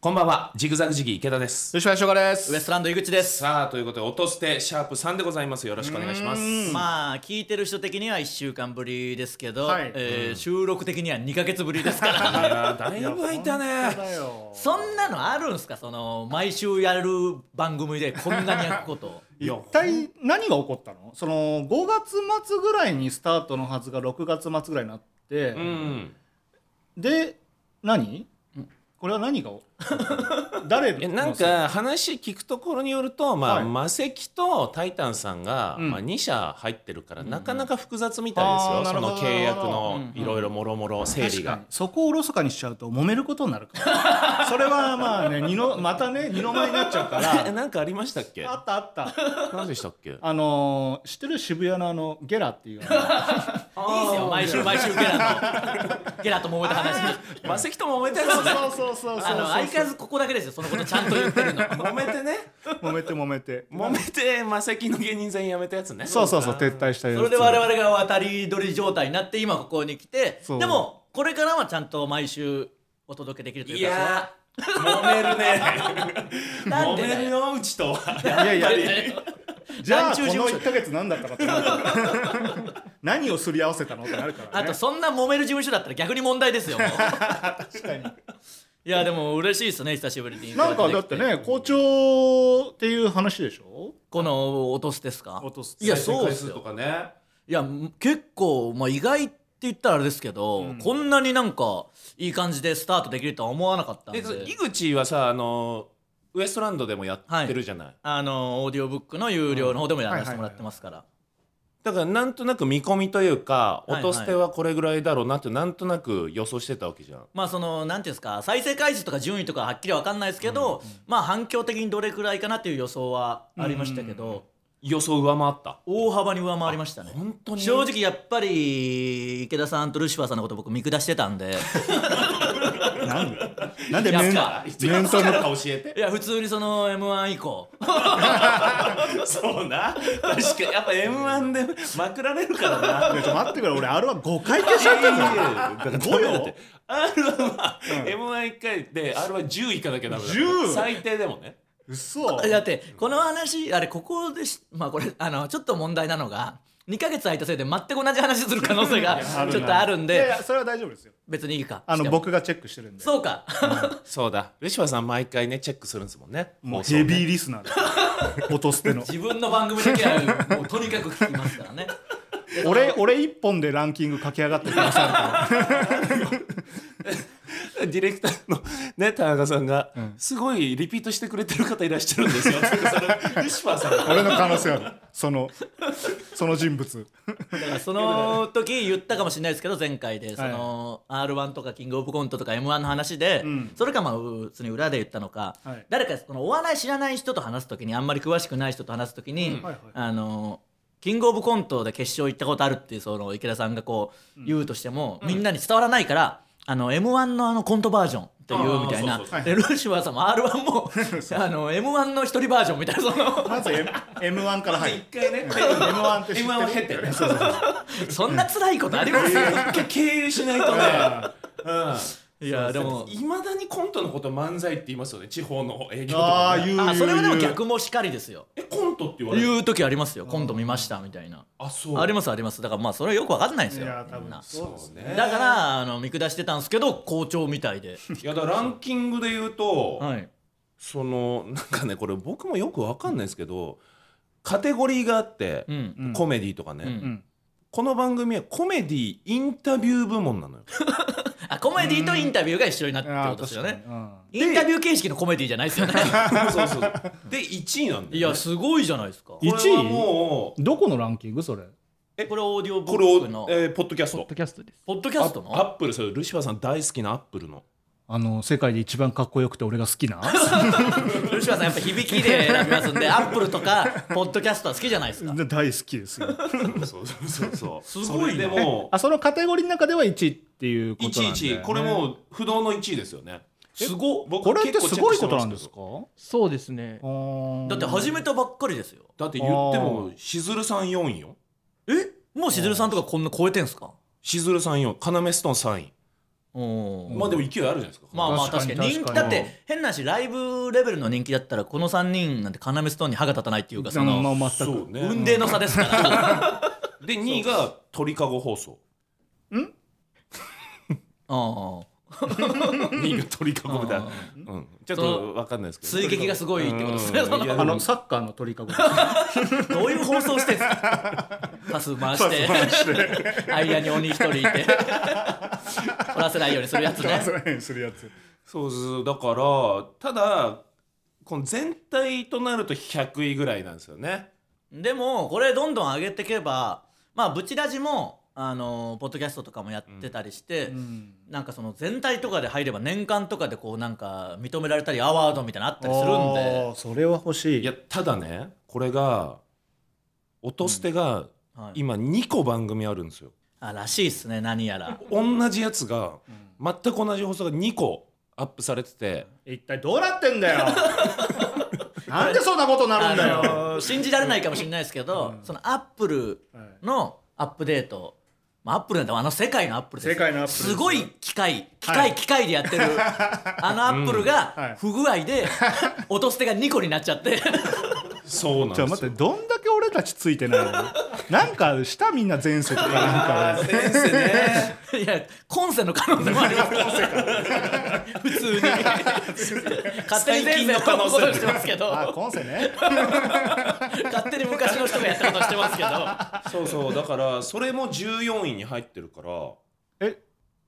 こんばんはジグザグジギー池田です吉林翔太ですウエストランド井口ですさあということで落としてシャープ3でございますよろしくお願いしますまあ聞いてる人的には1週間ぶりですけど、はいえー収録的には2ヶ月ぶりですか いらやーだいぶ空いたねだよそんなのあるんすかその毎週やる番組でこんなに焼くこといや一体何が起こったのその5月末ぐらいにスタートのはずが6月末ぐらいになって、うんで何これは何が起こったの誰のえなんせいか話聞くところによると、まあはいマセキとタイタンさんが、うんまあ、2社入ってるから、なかなか複雑みたいですよ、あーなそるほのど契約うのんいろいろもろもろ整理確かがに。そこをおろそかにしちゃうと揉めることになるからそれはまあね二のまたね二の舞になっちゃう かえらなんかありましたっけあったあった何でしたっけあのー知ってる渋谷のあのゲラっていうあいいですよ毎週毎週ゲラ とゲラと揉めた話マセキと揉めてるののねそうそうそうそうあの相変わらずここだけですよそのことちゃんと言っ てるの揉めてね揉めて揉めて揉めてマセキの芸人さん辞めたやつねそうそうそう撤退したよそれで我々が渡り鳥状態になって今ここに来てそうでもこれからはちゃんと毎週お届けできるといいうかやー揉めるねそうなん揉でだよめるようちとはいやいやいやじゃあ団こ中事務の1所か月何だったかってなる から何をすり合わせたのってなるからあねとそんな揉める事務所だったら逆に問題ですよもう 確かにいやでも嬉しいですね久しぶりになんかだってね校長っていう話でしょこの落とすですか落とすいやそうですとよかねいや結構、まあ、意外って言ったらあれですけど、うんこんなになんかいい感じでスタートできるとは思わなかったんでで井口はさあのウエストランドでもやってるじゃない、あのオーディオブックの有料の方でもやらせてもらってますから、だからなんとなく見込みというかはいは落とい捨てはこれぐらいだろうなってなんとなく予想してたわけじゃん、まあそのなんていうんですか再生回数とか順位とかはっきり分かんないですけど、まあ反響的にどれくらいかなっていう予想はありましたけど、予想上回った大幅に上回りましたね本当に正直やっぱり池田さんとルシファーさんのこと僕見下してた んでなんでなんでやっ面ぱ面と向かう教えていや普通にその m 1以降そうな確かやっぱ m 1でまくられるからないやちょっと待ってくれ俺 R は5回消しちゃってんの5よ R は m 1 1回で R は10以下だけダメだから10最低でもね嘘 だってこの話あれここでしまあこれあのちょっと問題なのが2ヶ月空いたせいで全く同じ話する可能性がるなちょっとあるんいやいでやそれは大丈夫ですよ別にいいかあのしても僕がチェックしてるんでそうかそうだルシファーさん毎回ねチェックするんですもんねもう放送ねヘビーリスナー で落とすての 自分の番組だけはもうとにかく聞きますからね俺俺一本でランキング駆け上がってくださるからディレクターのね田中さんが、すごいリピートしてくれてる方いらっしゃるんですよってそれルシファーさんが俺の可能性あるそのその人物だからその時言ったかもしれないですけど前回でその r 1とかキングオブコントとか m 1の話で、んそれかまあ普通に裏で言ったのか、はい誰かそのお笑い知らない人と話す時にあんまり詳しくない人と話す時に、うんはいはいあのキングオブコントで決勝行ったことあるっていうその池田さんがこう言うとしても、みんなに伝わらないから。あの m 1のあのコントバージョンというみたいあーなそうそうでルーシファーさんも r 1も あの m 1の一人バージョンみたいなそのまず M- M1 から入る一回ね M1 って知ってる M1 を経てねそうそうそうそんな辛いことあ ります一回経由しないとねいやでもいまだにコントのこと漫才って言いますよね地方の営業とあかあね、言う言う言あうそれはでも逆もしかりですよえコントって言われる言う時ありますよ今度見ましたみたいなあそうありますありますだからまあそれはよくわかんないですいよや多みん分なそうですそうねねだからあの見下してたんですけど好調みたいでいやだからランキングで言うと、はいそのなんかねこれ僕もよくわかんないですけどカテゴリーがあって、うんうんコメディとかね、うんうんこの番組はコメディインタビュー部門なのよあコメディとインタビューが一緒になってあこあとですよ確ねかにうんインタビュー形式のコメディじゃないですよねそうそうそう で1位なんだよ、ね、いやすごいじゃないですかいこれはもうどこのランキングそれこれオーディオブこれをックの、えーポッドキャストポッドキャストです。ポッドキャストのアップルそれルシファーさん大好きなアップルのあの世界で一番かっこよくて俺が好きな吉川さんやっぱ響きで選びますんでアップルとかポッドキャストは好きじゃないですか大好き ですよそうそうそうそうすごいねそれでもあそのカテゴリーの中では1位っていうことなんで1位これもう不動の1位ですよねすごっ僕これってすごいことなんです結か構そうですね。だって始めたばっかりですよチェックしてますけどだって言ってもしずるさん4位よえもうしずるさんとかこんな超えてんすかしずるさん4位要ストーン3位おーまあでも勢いあるじゃないですか。まあまあ確確かかにに人確か気にだって変なしライブレベルの人気だったらこの3人なんて要ストーンに歯が立たないっていうかそまのあ、全そうくね。運命の差です からで2位が鳥かご放送。うん2位が鳥かごみたいな。うん。ちょっそとわかんないですけど。追撃がすごいってことですねうんそのいやあのサッカーの鳥かごどういう放送してんすか パス回して間に鬼一人いて取らせないようにするやつ ねその辺するやつそうそうだからただこの全体となると100位ぐらいなんですよね。でもこれどんどん上げていけばまあブチラジもあのポッドキャストとかもやってたりして、うんなんかその全体とかで入れば年間とかでこうなんか認められたりアワードみたいなのあったりするんあで、ーそれは欲しいいやただねこれが音捨てがはい今2個番組あるんですよ。あらしいっすね何やら同じやつが全く同じ放送が2個アップされてて一体どうなってんだ よなんでそんなことになるんだあよ、の信じられないかもしれないですけど、そのアップルはいのアップデート、まあ、アップルなんてあの世界のアップルです世界のアップルですすごい機械機は械、い機械でやってるあのアップルうんはいが不具合 で音捨てが2個になっちゃってそうなんじゃあで待すっよて。どんだけ俺たちついてないのなんかしたみんな前世とかなんか先生ね いや今世の可能性もあります 普通に勝手に前世の ことしてますけどあ今世ね勝手に昔の人がやったことしてますけどそうそうだからそれも14位に入ってるからもえ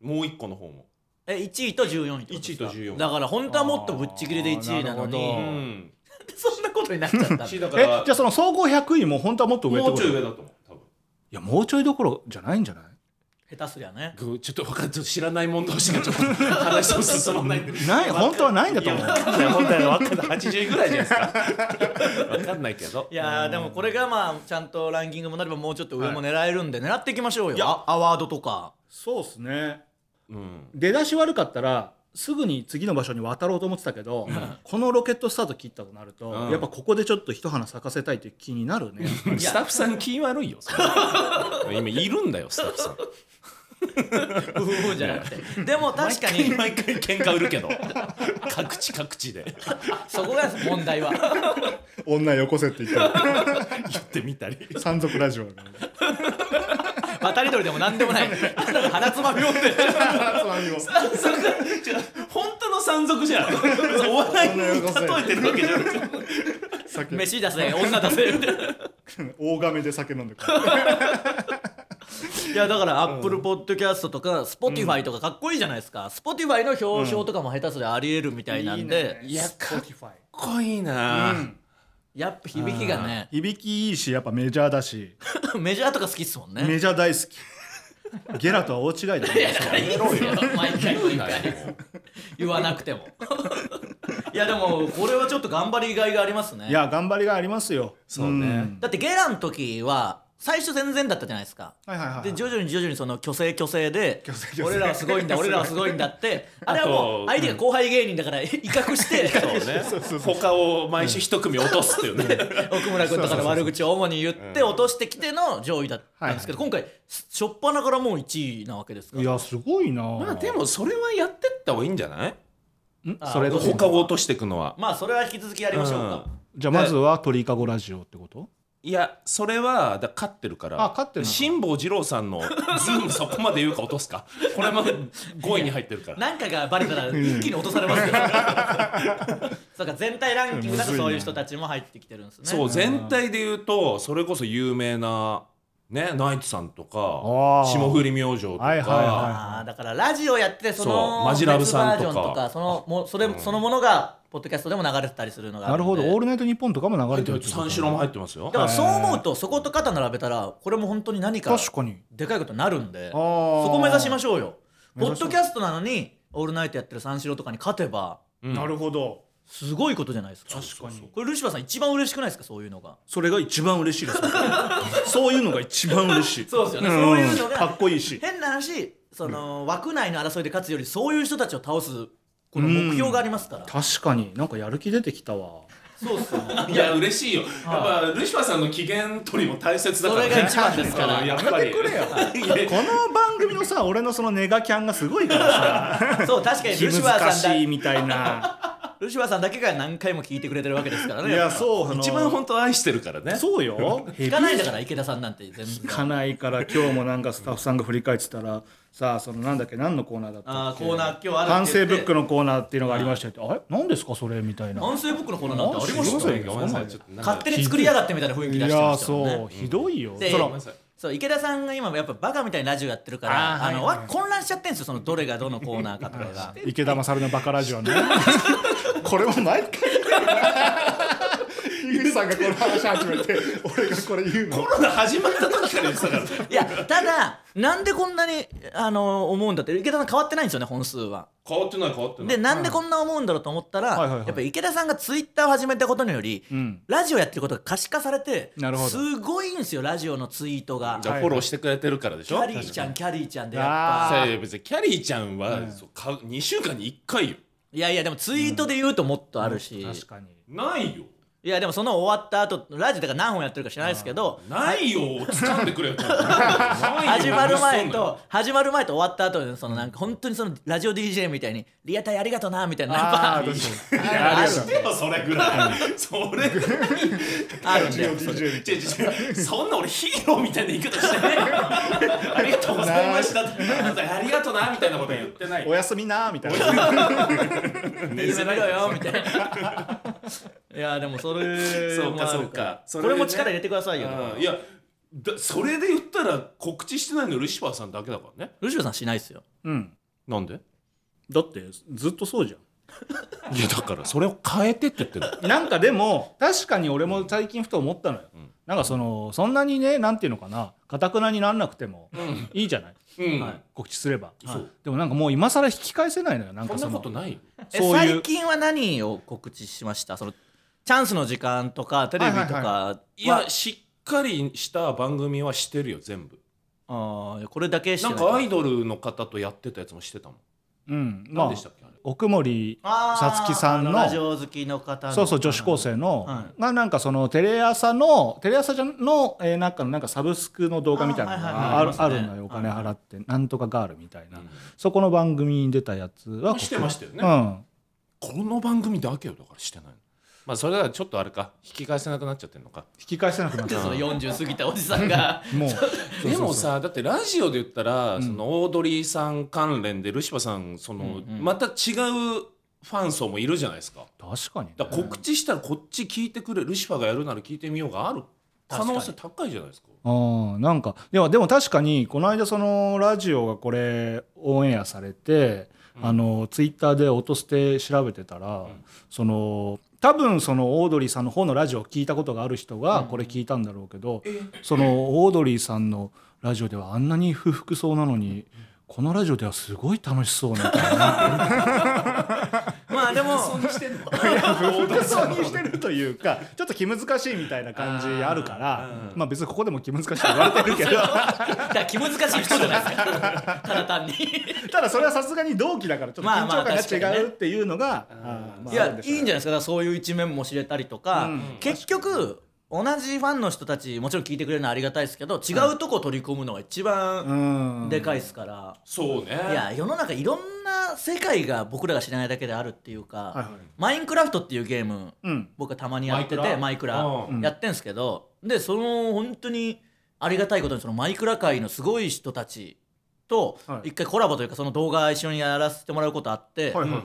う1個の方も。 え1位と14位ってことですか1位と14位だから本当はもっとぶっちぎりで1位なのあーになうるなんんで そんなことになっちゃったんだ1位だかえらじゃあその総合100位も本当はもっと上ってもうこちとょいい上だと思う多分。やもうちょいどころじゃないんじゃない下手すりゃねぐちょっと分かんないちょっと知らない問答しかちょっと話も進 まないんで。ない本当はないんだと思う分かんない本当は分かんない80位ぐらいじゃないですか。分かんないけどい。やーでもこれがまあちゃんとランキングもなればもうちょっと上も狙えるんで狙っていきましょうよあアワードとかそうっすねうん。出だし悪かったらすぐに次の場所に渡ろうと思ってたけど、このロケットスタート切ったとなると、うんやっぱここでちょっと一花咲かせたいって気になるねいスタッやフさん気悪いよ。それ今いるんだよスタッフさん。うふふじゃなく てでも確かに 毎回喧嘩売るけど。各地各地でそこが問題は女よこせって言ったら言ってみたり。 山賊ラジオ だか渡り鳥でも何でも ない鼻つまみを ってらつまみを本当の山賊じゃん。 お笑いに例えてるわけじゃなくて。酒飯出せ女出せって大亀で酒飲んでくるいやだからアップルポッドキャストとか Spotify とかかっこいいじゃないですか Spotify の表彰とかも下手すりゃありえるみたいなんでいいねや Spotify かっこいいな、やっぱ響きがね響きいいしやっぱメジャーだしメジャーとか好きっすもんねメジャー大好きゲラとは大違いだね いいですよ 毎回毎回言わなくてもいやでもこれはちょっと頑張りがいがありますねいや頑張りがありますよそうねんだってゲラの時は最初全然だったじゃないですかはいはいはいはいで徐々に徐々にその虚勢虚勢で勢虚勢俺らはすごいんだ俺らはすごいんだってあれはもうあと相手が後輩芸人だから威嚇してそうね。他を毎週一組落とすっていうね。 奥村君とかの悪口を主に言って落としてきての上位だったんですけど今回しょっぱなからもう1位なわけですかいらやすごいな まあでもそれはやってった方がいいんじゃないあそれと他を落としていくのは。まあそれは引き続きやりましょうかうじゃあまずは鳥かごラジオってこといやそれはだ勝ってるからあ勝ってるのか辛坊二郎さんのズームそこまで言うか落とすかこ れも5位に入ってるからなんかがバレたら一気に落とされますよ。 そうか全体ランキングだとそういう人たちも入ってきてるんですね。そう全体で言うとそれこそ有名なねナイツさんとかあー霜降り明星とはいはいかはああだからラジオやってそそうのマジラブさんとか別バージョンそのもそれそのものがポッドキャストでも流れてたりするのがあなるほど「オーど。ルナイトニッポン」とかも流れてるってこと三四郎も入ってますよだからそう思うとそこと肩並べたらこれも本当に何か確かにでかいことになるんあでそーこ目指しましょうよ。目ポッ指しましょうドキャストなのにオールナイトやってる三四郎とかに勝てばうんなるほどすごいことじゃないですか。確かにこれルシファーさん一番嬉しくないですかそういうのが。それが一番嬉しいです そういうのが一番嬉しいそうですよね。そういうのがかっこいいし変な話その、枠内の争いで勝つよりそういう人たちを倒すこの目標がありますから、確かになんかやる気出てきたわそうっすよいや嬉しいよやっぱルシファーさんの機嫌取りも大切だからねそれが一番ですからうんやっぱりやめてくれよいやいやこの番組のさ俺のそのネガキャンがすごいからさ そう確かに気ルシファ難ーさんだしいみたい なルシファーさんだけが何回も聞いてくれてるわけですからいねやそうあの一番本当愛してるからねそうよ聞かないだから池田さんなんて全聞部かないから今日もなんかスタッフさんが振り返ってたらさあそのなんだっけ何のコーナーだったあっーけコーナー今日ある反省ブ言ッってクのコーナーっていうのがありましたよってあれ何ですかそれみたいな反省ブックのコーナーなんてありましたそごうめんなさいちょっとなんか勝手に作りやがってみたいな雰囲気い出やしてまーしたもんねそうひどいよでそごめんのなさいそう池田さんが今やっぱバカみたいにラジオやってるからああーの、はいはいわ混乱しちゃってんですよそのどれがどのコーナーかとかが 池田勝のバカラジオね これも毎回言うな井口さんがこの話始めて俺がこれ言うのコロナ始まった時から言ってたからねいやただなんでこんなにあの思うんだって池田さん変わってないんですよね本数は変わってない変わってなでいなんでこんな思うんだろうと思ったら、はいはいはいやっぱ池田さんがツイッターを始めたことにより、んラジオやってることが可視化されてなるほどすごいんですよラジオのツイートがじゃあフォローしてくれてるからでしキょャリーちゃんキャリーちゃんでやっあぱさあ別にキャリーちゃんは、そうか2週間に1回よいやいやでもツイートで言うともっとあるし、確かにないよいやでもその終わった後ラジオだから何本やってるか知らないですけどないよ掴んでく れよ始始まる前と始まる前と終わった後のそのなんか本当にそのラジオ DJ みたいに「リアタイありがとうな」みたいなやっぱああ確かにあ出るしてよそれぐらいそれぐらいあるんで違う違う違うそんな俺ヒーローみたいな言い方してないよありがとうございましたありがとうなみたいなことは言ってないおやすみなーみたいな寝夢せ見ないろよみたいないやでもそれそうかもあるそうかそこれねれも力入れてくださいようんいやだそれで言ったら告知してないのルシファーさんだけだからねルシファーさんしないですようんなんでだってずっとそうじゃんいやだからそれを変えてって言ってるなんかでも確かに俺も最近ふと思ったのよ、んなんかそのそんなにねなんていうのかなかたくなになんなくてもうんいいじゃないうん、はい告知すれば、そうでもなんかもう今更引き返せないのよなんこかんそなのことないよえそういう最近は何を告知しましたそのチャンスの時間とかテレビとか、はいはいいやしっかりした番組はしてるよ全部あーこれだけしてなんかアイドルの方とやってたやつもしてたもんうんま何あでしたっけあれ奥森ささつきさんのラジオ好きの方のそうそう女子高生の、はがなんかそのテレ朝のテレ朝じゃんの、えーなんかのなんかサブスクの動画みたいなのがああーはるいはあいはいるあのりよおます金ね払ってなんとかガールみたいな、うんそこの番組に出たやつはしてましたよねうんこの番組だけよだからしてないのまあそれはちょっとあれか引き返せなくなっちゃってるのか引き返せなくなっでたその40過ぎたおじさんが もうでもさだってラジオで言ったら、そのオードリーさん関連でルシファーさんその、また違うファン層もいるじゃないですか確かにね、だから告知したらこっち聞いてくれ、ルシファーがやるなら聞いてみようがある可能性高いじゃないですかああなんかでもでも確かにこの間そのラジオがこれオンエアされて、あのツイッターで音捨て調べてたら、その多分そのオードリーさんの方のラジオを聞いたことがある人がこれ聞いたんだろうけど、そのオードリーさんのラジオではあんなに不服そうなのに。このラジオではすごい楽し そうみたいなまあでも不服 そうにしてるというかちょっと気難しいみたいな感じあるからまあ別にここでも気難しいって言われてるけ どだから気難しい人じゃないですかただ単に ただそれはさすがに同期だからちょっとまあ緊ま張あ感が違確かにうねっていうのが いやいいんじゃないですかだからそういう一面も知れたりとか、うん結局同じファンの人たちもちろん聞いてくれるのはありがたいですけど違うとこ取り込むのが一番ゃでかいいですから、そうねいや世の中いろんな世界が僕らが知らないだけであるっていうか、はいはいマインクラフトっていうゲームうん僕はたまにやっててママイイククララうんやってんすけど、でその本当にありがたいことにそのマイクラ界のすごい人たちとはい一回コラボというかその動画一緒にやらせてもらうことあって、はいはいはい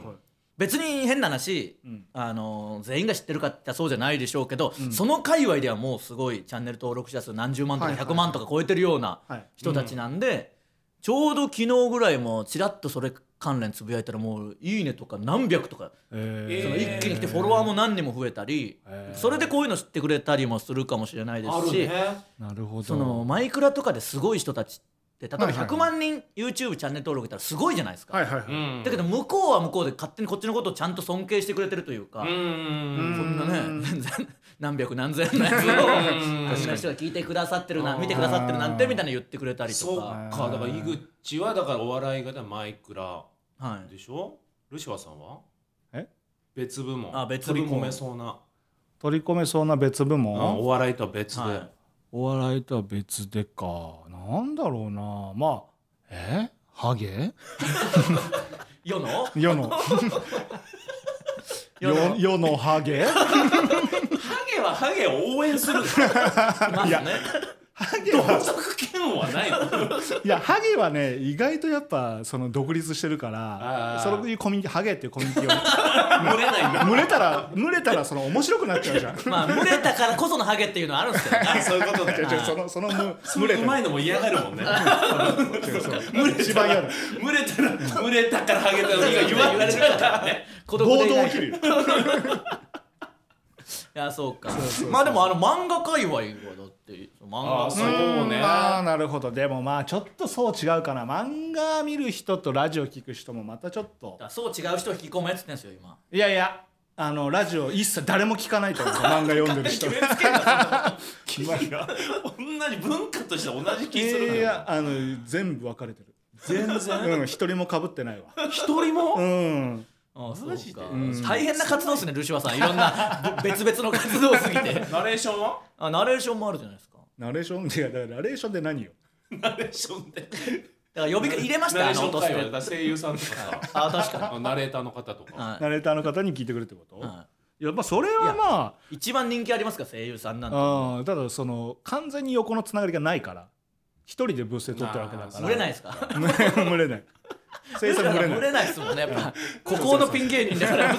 別に変な話、んあの全員が知ってるかって言ったらそうじゃないでしょうけど、その界隈ではもうすごいチャンネル登録者数何十万とかはいはい100万とか超えてるようなはい人たちなんで、ちょうど昨日ぐらいもちらっとそれ関連つぶやいたらもう「いいね」とか何百とか、えーその一気に来てフォロワーも何人も増えたり、えーそれでこういうの知ってくれたりもするかもしれないであするし、ねーなるほどそのマイクラとかですごい人たちって例えばはいはい100万人 YouTube チャンネル登録いたらすごいじゃないですか。はいはいはういんだけど向こうは向こうで勝手にこっちのことをちゃんと尊敬してくれてるというか、うんうんこんな ね何百何千のやつをこんな人が聞いてくださってるな見てくださってるなんてみたいな言ってくれたりそうとかか、だから井口はだからお笑いがマイクラはい、でしょルシファーさんはえ別部門あ別部門取り込めそうな取り込めそうな別部うん門お笑いとは別で、はいお笑いとは別でかなんだろうなまあえハゲ世の世 の世の世世のハ ゲハゲはハゲを応援 するまずね同族嫌悪はないのいやハゲはね意外とやっぱその独立してるからあーそういうコミュニティハゲっていうコミュニティ群れ ないんだを群れたら群れたらその面白くなっちゃうじゃんまあ群れたからこそのハゲっていうのはあるんですけどねそういうことね違う違うそのそのむ群れうまいのも嫌がるもんね違うそう群れ一た番嫌らだ 群れたら群れたからハゲたのにが言われちゃうからね孤独暴でいな動い起きるよいやそうかそうそうまあでもあの漫画界隈はだって漫あ画そうねんまあなるほどでもまあちょっとそう違うかな漫画見る人とラジオ聞く人もまたちょっとあそう違う人を引き込むやつってんですよ今いやいやあのラジオ一切誰も聞かない と思う漫画読んでる人い君が同じ文化として同じ気するやのいよやあの全部分かれてる全然うん一人もかぶってないわ一人もうんあそうマジでかうん大変な活動ですねルシファーさんいろんな ぶ別々の活動すぎてナレーションはあナレーションもあるじゃないですかナレーションいやだからナレーションで何よナレーションでだから呼びか入れましたナよレあーショの音ン捨会て話だから声優さんとかさあ確か あのナレーターの方とに、かはナレーターの方に聞いてくれってこと、、いはいやまあそれはまい、一番人気ありますか声優さんなんてあうんただその完全に横のつながりがないから一人でブースで撮ってるわけだから群れないですかい 群れない生産群れない群れないですもんねやっぱ孤高のピン芸人だから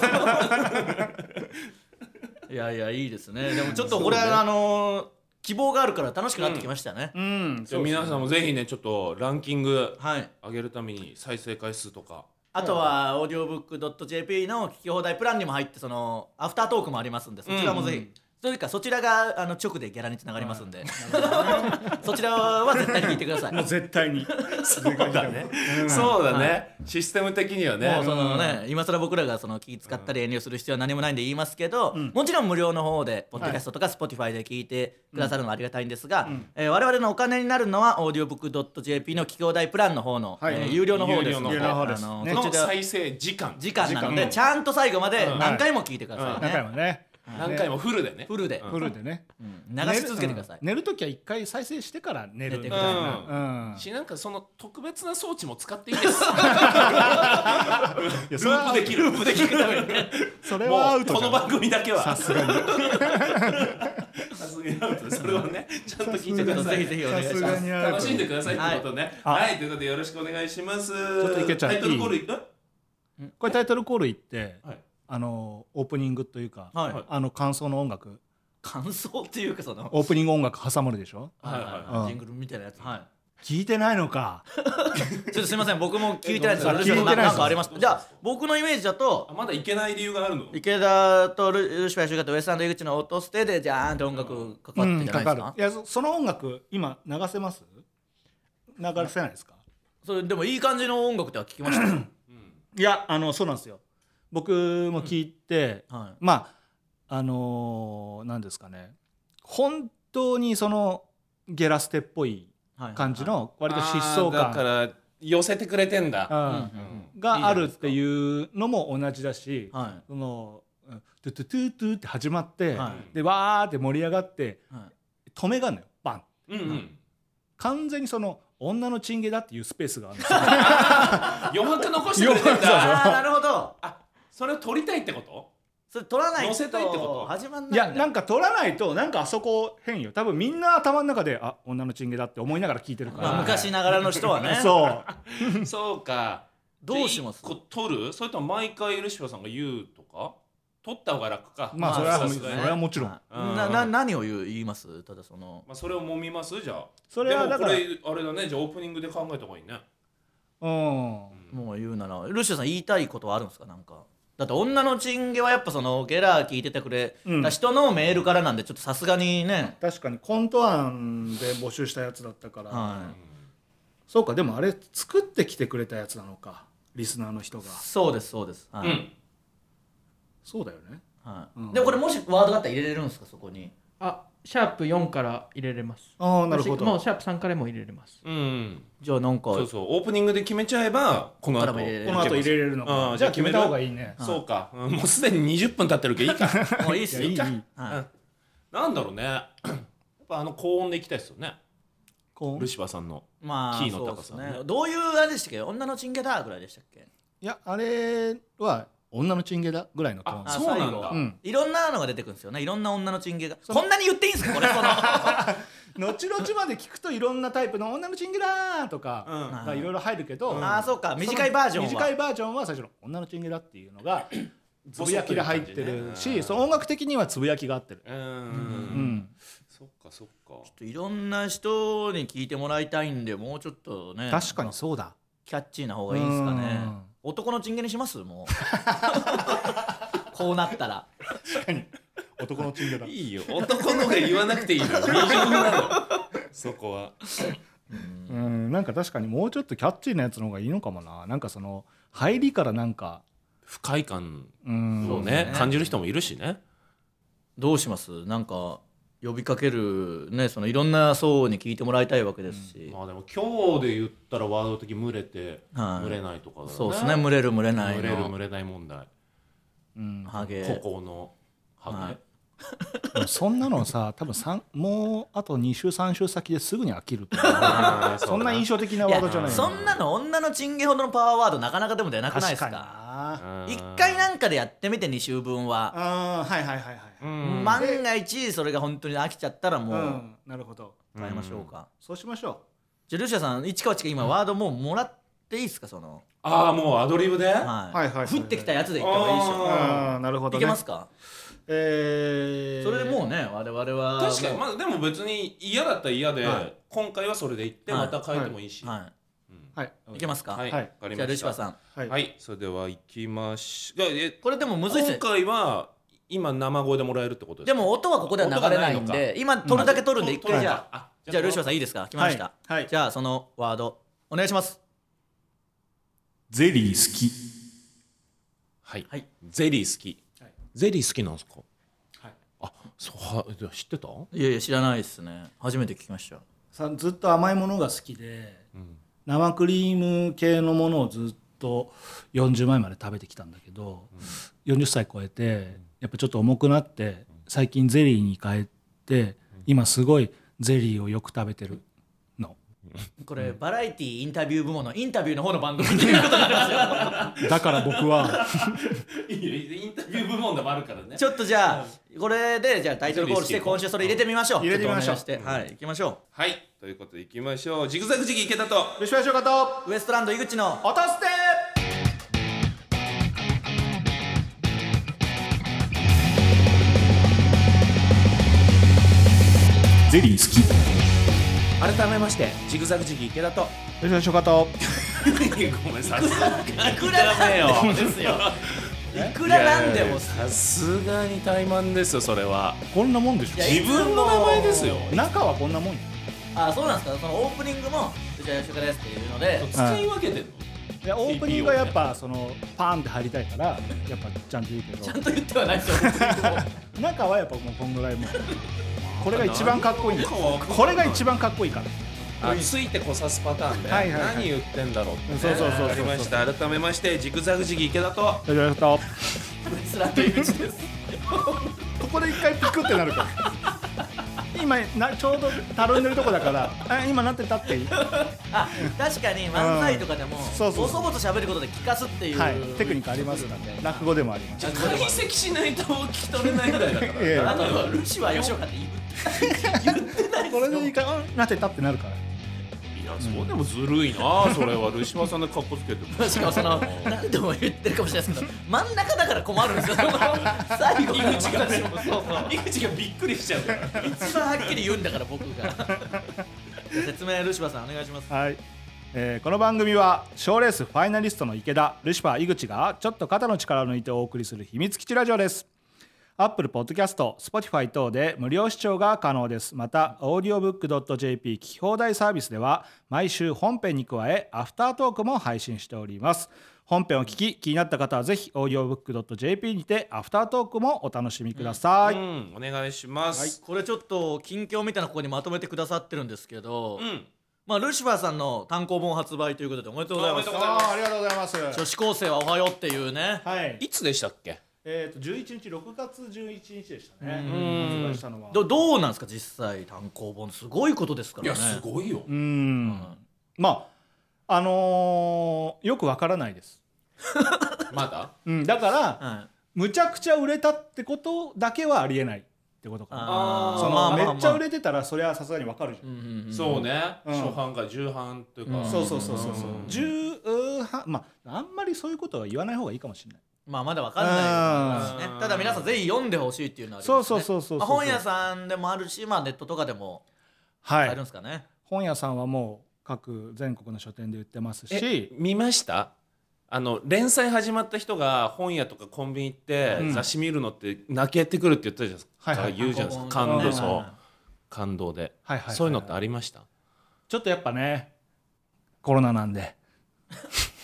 いやいやいいですねでもちょっとこれはあのー希望があるから楽しくなってきましたね、うんじゃあ皆さんもぜひねちょっとランキングはい上げるために再生回数とかあとはオーディオブックドット JP の聞き放題プランにも入ってそのアフタートークもありますんでそちらもぜひ、というかそちらがあの直でギャラにつながりますんで、 そちらは絶対に聞いてくださいもう絶対にそうだねそうだねシステム的にはもねうそのね、今更僕らがその気使ったり遠慮する必要は何もないんで言いますけど、もちろん無料の方でポッドキャストとか Spotify で聞いてくださるのはありがたいんですが、えー我々のお金になるのはオーディオブックドット JP の企業代プランの方の、はいえー有料の方ですので有料の方ですあのねそのちら再生時間時間なので、うんちゃんと最後までうん何回も聞いてくださいね、中山ね何回もフルでねフルで、うんフルでねうん流し続けてください、寝るうん寝る時は一回再生してから寝る寝てみくたいださいなうんしなんかその特別な装置も使っていいですいやルそれはープできるループできるためにねそれはもアうウトこじゃのん番組だけはさすがにさすがにアウトですそれをねちゃんと聞いてちくょっだとさぜひいぜひお願いしまさすがすにアウ楽トしんでくださいってことねははいい、ということでよろしくお願いしますちょっといけちゃうタイトルコールいくこれタイトルコール行ってはいあのオープニングというかはい、はいあの感想の音楽感想っていうかその、オープニング音楽挟まるでしょはいはいうんジングルみたいなやつ、はい聞いてないのかちょっとすみません、僕も聞いてないです。あルシファー聞いてないですなんかあります。じゃあ、僕のイメージだあと、まだいけない理由があるの池田とルルシファー修とウエストランド井口の音捨てで、じゃーんと音楽かかってるじゃないですか。いやそその音楽今流せます流せないですかそれでもいい感じの音楽では聞きましたよ。いやあのそうなんですよ僕も聞いて、はまああのー、なんですかね本当にそのゲラステっぽいい。はい。感じの割と疾走あーだか感ら寄せてくれてんだうんうんがあるっていうのも同じだし、はい。はい。そのうんトゥトゥトゥトゥって始まって、はでわーって盛り上がってはい止めがあるのよバンうんうん完全にその女のチンゲだっていうスペースがあるんですよ余白残してくれてんだああ、なるほど。あそれを取りたいってことそれ取らないと。載せたいってこと始まんないんいだ。やなんか取らないとなんかあそこ変よ多分みんな頭の中であ女のチンゲだって思いながら聞いてるから、。まあ、昔ながらの人はねそうそうかどうしますで一個取るそれとも毎回ルシファーさんが言うとか取った方が楽かまあそれはさもすそがにれはもちろん、はいうんな、な、何を言う、言います。ただ、その。まあ、それを揉みますじゃあそれはでだもかこられあれだねじゃあオープニングで考えた方がいいねうんもう言うならルシオさん言いたいことはあるんですかなんかだって女のチンゲはやっぱそのゲラー聞いててくれた人のメールからなんでちょっとさすがにね、確かにコント案で募集したやつだったから、はいそうかでもあれ作ってきてくれたやつなのかリスナーの人がそうですそうですはい、うんそうだよねはいうんでもこれもしワードだったら入れれるんですかそこにあシャープ4から入れれますああなるほどもうシャープ3からも入れれますうんじゃあなんかそうそうオープニングで決めちゃえばこのこ後こからも入れれるこの後入れれるのうかんじゃあ決めじゃたあ決める方がいいねそうか、うんもうすでに20分経ってるけどいいかもういいっすよいやいいはいなんだろうねやっぱあの高音でいきたいですよねこうルシファーさんのまあキーのそう高ですさねどういうあれでしたっけ女のチンゲだぐらいでしたっけいやあれは女のチンゲだぐらいのトーンああそうなんだ最後うんいろんなのが出てくるんですよねいろんな女のチンゲがこんなに言っていいんですかこれ その後々まで聞くといろんなタイプの女のチンゲだーとうかんがいろいろ入るけど、ああそうか短いバージョンは短いバージョンは最初の女のチンゲだっていうのがつボぶソやッときいうが入感っじてねるうしんその音楽的にはつぶやきが合ってる、うん、うんそっかそっかちょっといろんな人に聞いてもらいたいんでもうちょっとね確かにそうだキャッチーな方がいいですかねうん男のチンゲにしますもうこうなったら男のチンゲだいいよ男のが言わなくていい のよ二重なのそこはうんなんか確かにもうちょっとキャッチーなやつの方がいいのかもななんかその入りからなんか不快感うんをね感じる人もいるしねどうしますなんか呼びかけるねそのいろんな層に聞いてもらいたいわけですし、まあでも今日で言ったらワード的群れてはい群れないとかだねそうですね群れる群れない群れるの群れない問題ハゲここのハはゲいでもそんなの さ多分三もうあと2週3週先ですぐに飽きると思うあーそう そんな印象的ないワードじゃなやいそんなの女のチンゲほどのパワーワードなかなかでも出なくない確ですかにかあうん一回なんかでやってみて2週分はあーはいはいはいはい、うん万が一それが本当に飽きちゃったらうもん、なるほどう変えましょうか、そうしましょじゃあルシアさん市川ちか今ワードもうもらっていいですかその、ああもうアドリブでうははいはいい、降ってきたやつでいったあ方がいいでしょああなるほど、いね、けますかえそー、れでもうね我々は確かにもまあでも別に嫌だったら嫌ではい今回はそれで行ってはいまた変えてもいいしうははいはいいけますか、いはわいかりじゃあまルしシファたーさんはい、はいそれでは行きましがえこれでもむずいっす今ね回は今生声でもらえるってことですかでも音はここでは流れないん音がないで今撮るだけ撮るんでうん一回撮じるゃんだああじゃあルシファーささんいいですか来ましたはいはいじゃあそのワードお願いしますゼリー好きはいはいゼリー好きはいゼリー好きなんですかはいあそうはじゃあ知ってたいやいや知らないですね初めて聞きましたさずっと甘いものが好きで、生クリーム系のものをずっと40前まで食べてきたんだけど、40歳超えてやっぱちょっと重くなって最近ゼリーに変えて今すごいゼリーをよく食べてるのこれバラエティインタビュー部門のインタビューの方の番組っていうこと なんですよだから僕はいいよインタビュー部門でもあるからねちょっとじゃあこれでじゃあタイトルコールしてゼリー好き今週それ入れてみましょう入れてみましょうちっとお願いしてはい行きましょはいということで行きましょうジグザグジギ池田と吉林岡とうウエストランド井口の落としてゼリー好き改めましてジグザグジギ池田と吉林岡と ごめんさすがにいくらなんでもですよいくらなんでもさすがに怠慢ですよそれはこんなもんでしいや自分の名前ですよ中はこんなもんよあそうなんですかそのオープニングもじゃあ吉岡ですっていうので使い分けてんのいやオープニングはやっぱそのパーンって入りたいからやっぱちゃんと言うけちゃんどと言ってはないですよオープニングも中はやっぱもうこんぐら いもうこれが一番かっこいいんだよなんかこれが一番かっこいいからあついてこさすパターンで、はいはいはい何言ってんだろうってねそうそうそうそうありました改めましてジグザグジギ池田と吉田とウエストランド井口ですここで一回ピクってなるから今なちょうどたるんでるとこだからあ今なんてたっていい、はあ確かに漫才とかでもそうそうそうボソボソ喋ることで聞かすっていう、い、テクニックありますから落語でもあります解析しないと聞き取れないぐらいだか いやいらやあのルシは吉岡って言うこれでいいかうんなってたってなるからいやそうでもずるいなそれはルシファーさんでかっこつけて もしかもその何度も言ってるかもしれないですけど真ん中だから困るんですよその最後井口がそうそう井口がびっくりしちゃうから一番はっきり言うんだから僕 がじゃあ説明ルシファーさんお願いしますはいえーこの番組は賞ーレースファイナリストの池田ルシファー井口がちょっと肩の力を抜いてお送りする秘密基地ラジオですアップルポッドキャスト Spotify 等で無料視聴が可能ですまた audiobook.jp 聞き放題サービスでは毎週本編に加えアフタートークも配信しております本編を聞き気になった方はぜひ audiobook.jp にてアフタートークもお楽しみください、うん、お願いします。これちょっと近況みたいなここにまとめてくださってるんですけど、うん、まあ、ルシファーさんの単行本発売ということでおめでとうございますおめでとうございあーありがとうございます女子高生はおはようっていうね、はいいつでしたっけ？えっ、と11日6月11日でしたねうん発売したのはどどうなんですか実際単行本すごいことですかいらやねすごいよ。うんうんまああのーよくわからないです、まだ？うん、だからはいむちゃくちゃ売れたってことだけはありえないってことかなあーその、まあめっちゃ売れてたらそれはさすがにわかるじゃん、うんうんうんそうね。うん初版か重版というか。うんそうそうそうそうそううん十うーはまああんまりそういうことは言わない方がいいかもしれないまあまだわかんないですうねんただ皆さんぜひ読んでほしいっていうのはあります、そね、うそうそうそうまあ、本屋さんでもあるし、まあ、ネットとかでもは買えるんいですかね、本屋さんはもう各全国の書店で売ってますえし見ました？あの連載始まった人が本屋とかコンビニ行ってうん雑誌見るのって泣けてくるって言ったじゃないですか。はいはい言うじゃないですか。単感行動本とかねそう感動で。はいはいそういうのってありました？ちょっとやっぱねコロナなんで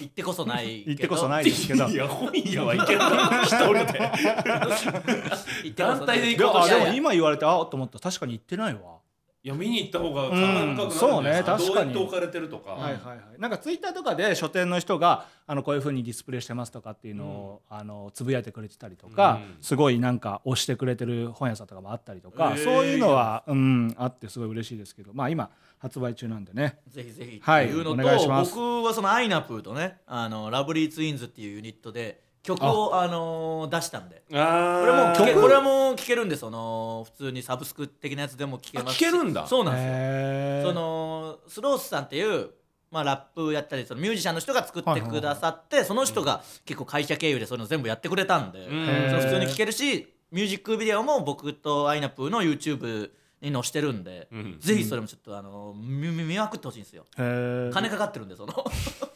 行ってこそないけど行ってこそないですけ どや本屋はいけない一人で。行ってこそない団体で行でこうとあしてでるも今言われてあと思った確かに行ってないわいや見に行った方がうん価格高くなるんじゃないですかそうね確かにどうやって置かれてるとか。はいはいはい、なんかツイッターとかで書店の人があのこういうふうにディスプレイしてますとかっていうのを、あのつぶやいてくれてたりとか、うんすごいなんか押してくれてる本屋さんとかもあったりとか、えーそういうのは、うん、あってすごい嬉しいですけど、まあ、今発売中なんでねぜひぜひってはいいうのおと、願いします僕はそのアイナプーとねあのラブリーツインズっていうユニットで曲をあ、のー出したんでこれあもーう聞けこれはもう聴けるんでその普通にサブスク的なやつでも聴けますしあ聞けるんだそうなんですよへーそのスロースさんっていう、まあ、ラップやったりそのミュージシャンの人が作ってくださって、その人が結構会社経由でそういうの全部やってくれたんで、うんその普通に聴けるしミュージックビデオも僕とアイナプーの YouTube に載してるんで、うんぜひそれもちょっとあの見見見まくってほしいんですよへー金か かってるんでその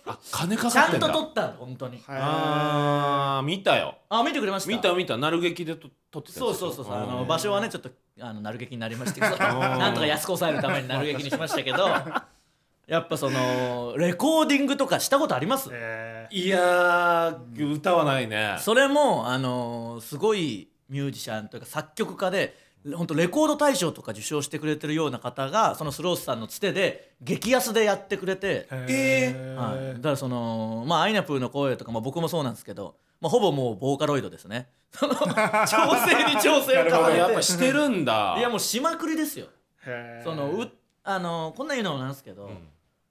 あ金かちかっゃてんんだと撮ったんで本当にあー見たよあ見てくれました見た見たなる劇でと撮ってたそうそうそうそうあの場場所はねちょっとあのなる劇になりましたけど なんとか安子抑えるためになる劇にしましたけ どやっぱそのレコーディングとかしたことありますえいやー歌はないねそれもあのすごいミュージシャンというか作曲家で本当レコード大賞とか受賞してくれてるような方がそのスロースさんのつてで激安でやってくれて、えはい、だからそのまあアイナプーの声とか、まあ、僕もそうなんですけど、まあ、ほぼもうボーカロイドですねその調整に調整をあ重ねやっぱてしてるんだいやもうしまくりですよへーそのうあのこんなん言うのもなんですけど、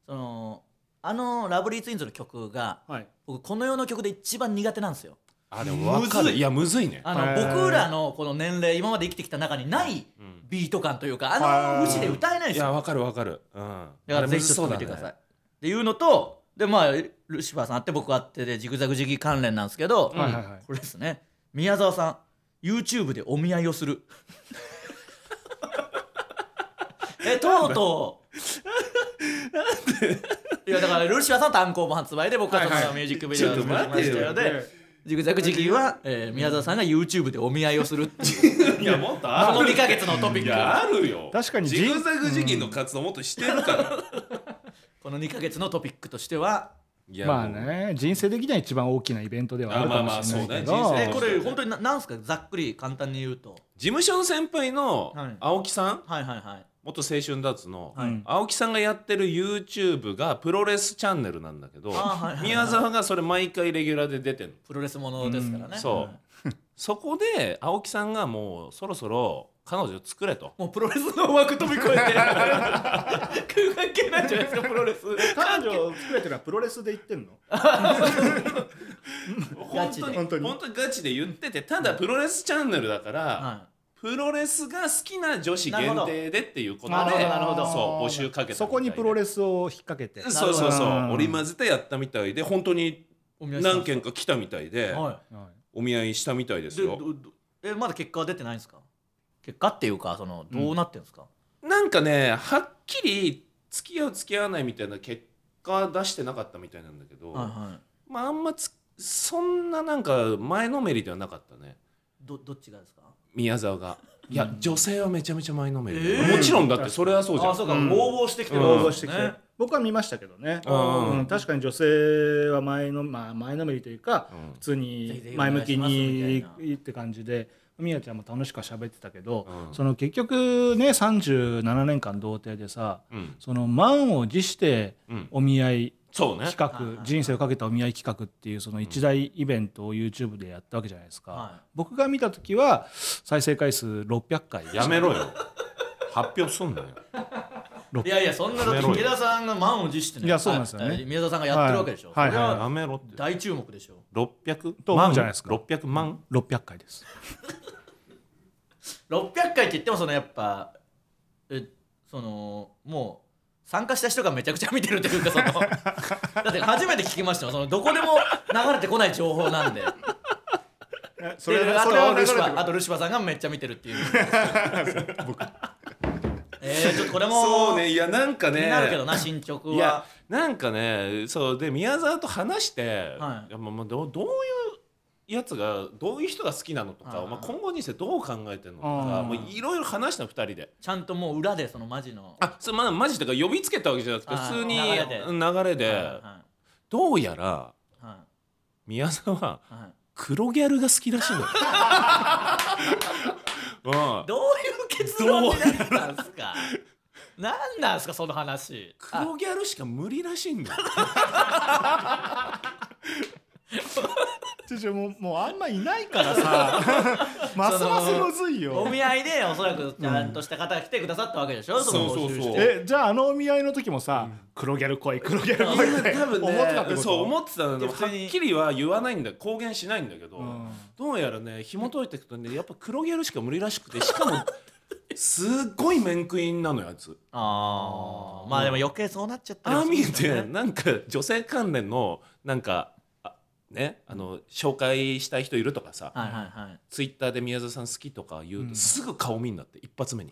そのあのラブリーツインズの曲がはい僕この世の曲で一番苦手なんですよあでも分かむるずいいやむずいねあへのー僕らのこの年齢今まで生きてきた中にないうんビート感というかあの節で歌えないんいですやよ分かる分かるうんだからぜひちょっと見てください、っていうのとでまあルシファーさんあって僕あってでジグザグジギー関連なんですけど、はいはいはいこれですね宮沢さん YouTube でお見合いをする えとうとういやだからルシファーさん単行本発売で僕はそのはいはいミュージックビデオを作りまちょっしとた待のでジグザグジギーは、えー宮沢さんが YouTube でお見合いをするっていういやもっとこのある2ヶ月のトピいッやクあるよ確かにジグザグ時期の活動もっとしてるから この2ヶ月のトピックとしては、いやまあもうね人生的には一番大きなイベントではあるかもしれないけど、あまあまあそうねえ人生これ本当にななんすかざっくり簡単に言うと事務所の先輩のはい青木さんはいはいはい元青春ダーツのはい青木さんがやってる YouTube がプロレスチャンネルなんだけどあはいはいはい宮沢がそれ毎回レギュラーで出てるプロレスものですからね、そう そこで青木さんがもうそろそろ彼女作れともうプロレスの枠飛び越えて関係 ないんじゃないですかプロレス彼女作れてるのはプロレスで言ってんのガ本チ当でに本本当当ににガチで言っててただプロレスチャンネルだから、はプロレスが好きな女子限定でっていうことでなるほどなるほどそう募集かけたみたいでそこにプロレスを引っ掛けてそうそうそうなるほど織り交ぜてやったみたいで本当にいお見合いします何件か来たみたいで、ははいお見合いしたみたいでいすでよどどえまだ結果は出てないんですか結果っていうかそのどうなってるんですか、なんかねはっきり付き合う付き合わないみたいな結果出してなかったみたいなんだけど、はいはいまああんまつそんななんか前のめりではなかったねどどっちがですか宮沢がいや女性はめちゃめちゃ前のめりだよ、もちろんだってそれはそうじゃんあそうか、うん応募してきてるうん応募してきて、ね僕は見ましたけどね、うんうん確かに女性は前の、まあ、前のめりというか、うん普通ぜひぜにひお前願向いしきますにみたって感じでみやちゃんも楽しくは喋ってたけど、うんその結局ね37年間童貞でさうんその満を持してうんお見合いそうね企はいはいは画い人生をかけたお見合い企画っていうその一大イベントを YouTube でやったわけじゃないですか、は僕が見た時は再生回数600回やめろよ発表すんなよい、いやいやそんなだっやてめろよ池田さんが満を持してねいやそうなんですよねはい宮沢さんがやってるわけでしょ、はいこれやはめろって大注目でしょ600と思うじゃないですか600万600回です600回って言ってもそのやっぱえそのもう参加した人がめちゃくちゃ見てるというかそのだって初めて聞きましたよそのどこでも流れてこない情報なんでえ それあとルシファあとルシファさんがめっちゃ見てるっていう えー、ちょっとこれもそうねいやなんか気ねになるけどな進捗いやはなんかねそうで宮沢と話して、はいやまあまあどうどういうやつがどういう人が好きなのとか、あーまあ、今後にしてどう考えてるのとかあーもういろいろ話したの2人でちゃんともう裏でそのマジのあそうまあマジだから呼びつけたわけじゃなくてあー普通に流れで流れはいではどうやらいは宮沢はいはい黒ギャルが好きらしいのよ。 うんどういう結論になったんすか何なんすかその話黒ギャルしか無理らしいんだよ。ちょちょもうもうあんまいないから さますますむずいおよ見合いでおそらくちゃんとした方が来てくださったわけでしょ、のそうそうそう募集してえじゃああのお見合いの時もさ、黒ギャル来い黒ギャル来いって多分ね思ってたってことそう思ってたのでもで普は通にっきりは言わないんだ公言しないんだけど、んどうやらね紐解いていくとねやっぱ黒ギャルしか無理らしくてしかもすっごい面食いなのよあいつ。ああまあでも余計そうなっちゃったりああも見えするてんでなんか女性関連のなんかあねあの紹介したい人いるとかさ、すねはいはいはいツイッターで宮沢さん好きとか言うと、すぐ顔見んだって一発目 に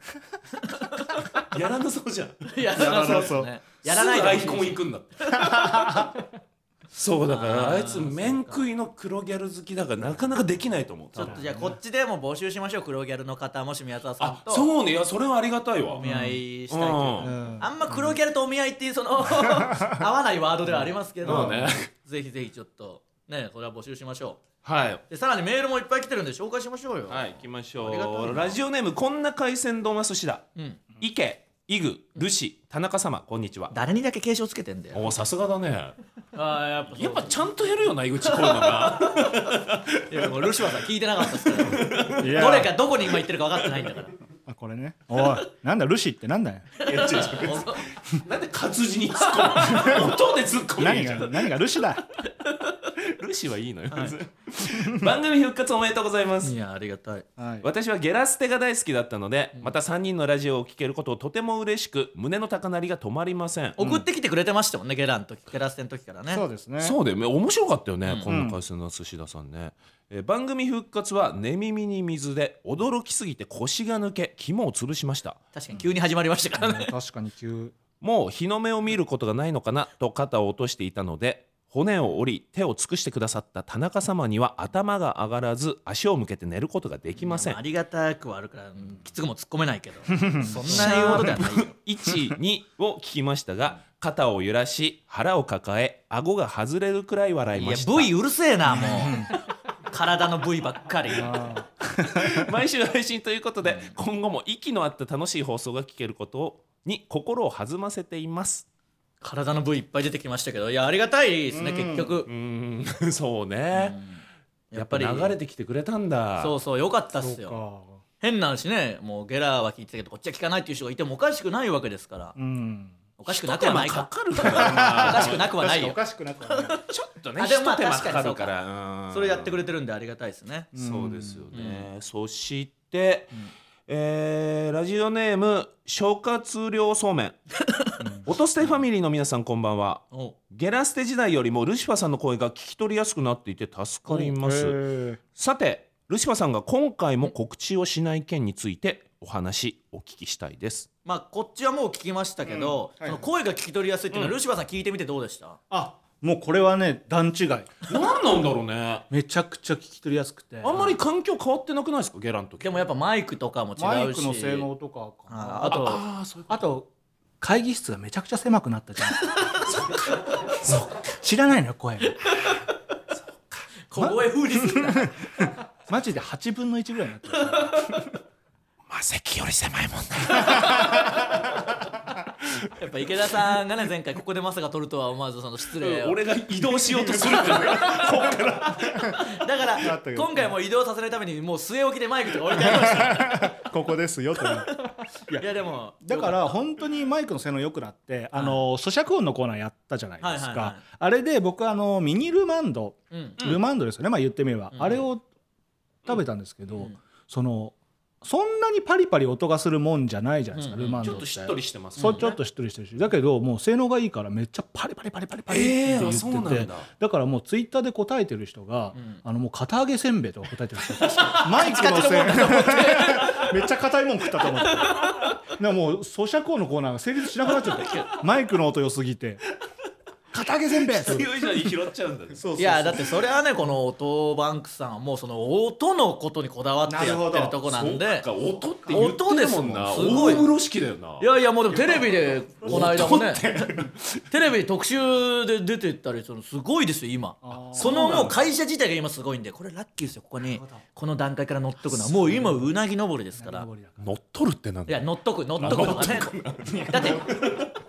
やらなそうじゃんいややらなそうそうですねやらないすでぐアほイしいコン行くんだって そうだからあーあいつ面食いの黒ギャル好きだからなかなかできないと思うちょっとじゃあこっちでも募集しましょう黒ギャルの方もし宮沢さんあとそうねいやそれはありがたいわお見合いしたいというんうううんんあんま黒ギャルとお見合いっていうその合わないワードではありますけど、そうねぜひぜひちょっとねこれは募集しましょはうでさらにメールもいっぱい来てるんで紹介しましょうよいはい行きましありがたいょなうラジオネームこんな海鮮丼は寿司だうん、池イグルシ田中様こんにちは誰にだけ継承つけてんだよおーさすがだねああやっぱやっぱちゃんとやるよな井口こういうの がいやもうルシファーさん聞いてなかったですからいどれかどこに今言ってるか分かってないんだからあこれねおいなんだルシってなんだ よなんで活字に突っ込む 音で突っ込む何が何がルシだルシはいいのよ、 番組復活おめでとうございますいやありがたいはい私はゲラステが大好きだったので、また3人のラジオを聴けることをとても嬉しく胸の高鳴りが止まりません、送ってきてくれてましたもんね、ゲラの時ゲラステの時からねそうですねそうだよね面白かったよね、こんな回数の寿司田さんね、えー番組復活は寝耳に水で驚きすぎて腰が抜け肝を潰しました確かに急に始まりましたからね、確かに急もう日の目を見ることがないのかなと肩を落としていたので骨を折り手を尽くしてくださった田中様には頭が上がらず足を向けて寝ることができませんありがたくはあるからうんきつくも突っ込めないけどそんな言うことではないよ12を聞きましたが肩を揺らし腹を抱え顎が外れるくらい笑いいまやした V うるせえなもう体の V ばっかり 毎週配信ということで今後も息の合った楽しい放送が聞けることに心を弾ませています体の V いっぱい出てきましたけどいやありがたいですね結局うーん そうねややっっぱぱりり流れてきてくれたんだそうそうよかったっすよか変な話ねもうゲラは聞いてたけどこっちは聞かないっていう人がいてもおかしくないわけですからうんおかしくなくはないかかか るからおかしくなくはないよおかしくなくはないちょっとねあひでもまあと手間確かかかるにそうかからうんそれやってくれてるんでありがたいですねそうですよね、そして、えーラジオネーム消化通量そう めん音捨てファミリーの皆さんこんばんはおゲラステ時代よりもルシファーさんの声が聞き取りやすくなっていて助かりまへすーさてルシファーさんが今回も告知をしない件についてお話お聞きしたいですまあこっちはもう聞きましたけど、うんはいその声が聞き取りやすいっていうのは、ルシファーさん聞いてみてどうでしたあもうこれはね段違い何なんだろうねめちゃくちゃ聞き取りやすく てあんまり環境変わってなくないですかゲラの時でもやっぱマイクとかも違うしマイクの性能とかかなああとああそういうあと会議室がめちゃくちゃ狭くなったじゃん知らないのよ声が小声風に するなマジで8分の1ぐらいになってる魔石より狭いもんねやっぱ池田さんがね前回ここでまさか撮るとは思わずその失礼を俺が移動しようとする っていうねだからけど今回も移動させるためにもう据え置きでマイクとか置いてありましたここですよといういやでもだから本当にマイクの性能良くなってあの咀嚼音のコーナーやったじゃないですはいはいはいかあれで僕あのミニルマンドうんルマンドですよねまあ言ってみればうんあれを食べたんですけうどんそのそんなにパリパリ音がするもんじゃないじゃないですかうんうんルマンちドょっってとしっとりしてますそうちょっとしっとりしてるしだけどもう性能がいいからめっちゃパリパリパリパリパリってええ言ってあてそうなんだだからもうツイッターで答えてる人が、うんあのもう片揚げせんべいとか答えてる人マイクのせいめっちゃ硬いもん食ったと思ってでももう咀嚼音のコーナーが成立しなくなっちゃったマイクの音良すぎて片揚げせんべいと強いじゃん拾っちゃうんだ ねそうそうそいうやだってそれはねこの音バンクさんはもうその音のことにこだわってやってるとこなんでそうか音って言ってるもんな音ですもんすごい大風呂敷だよないやいやもうでもテレビでこの間もね テレビ特集で出てったりそのすごいですよ今そのもう会社自体が今すごいんでこれラッキーですよここにこの段階から乗っとくのはもう今うなぎ登りですから乗っ取るってなんいや乗っとく乗っとくとかねだって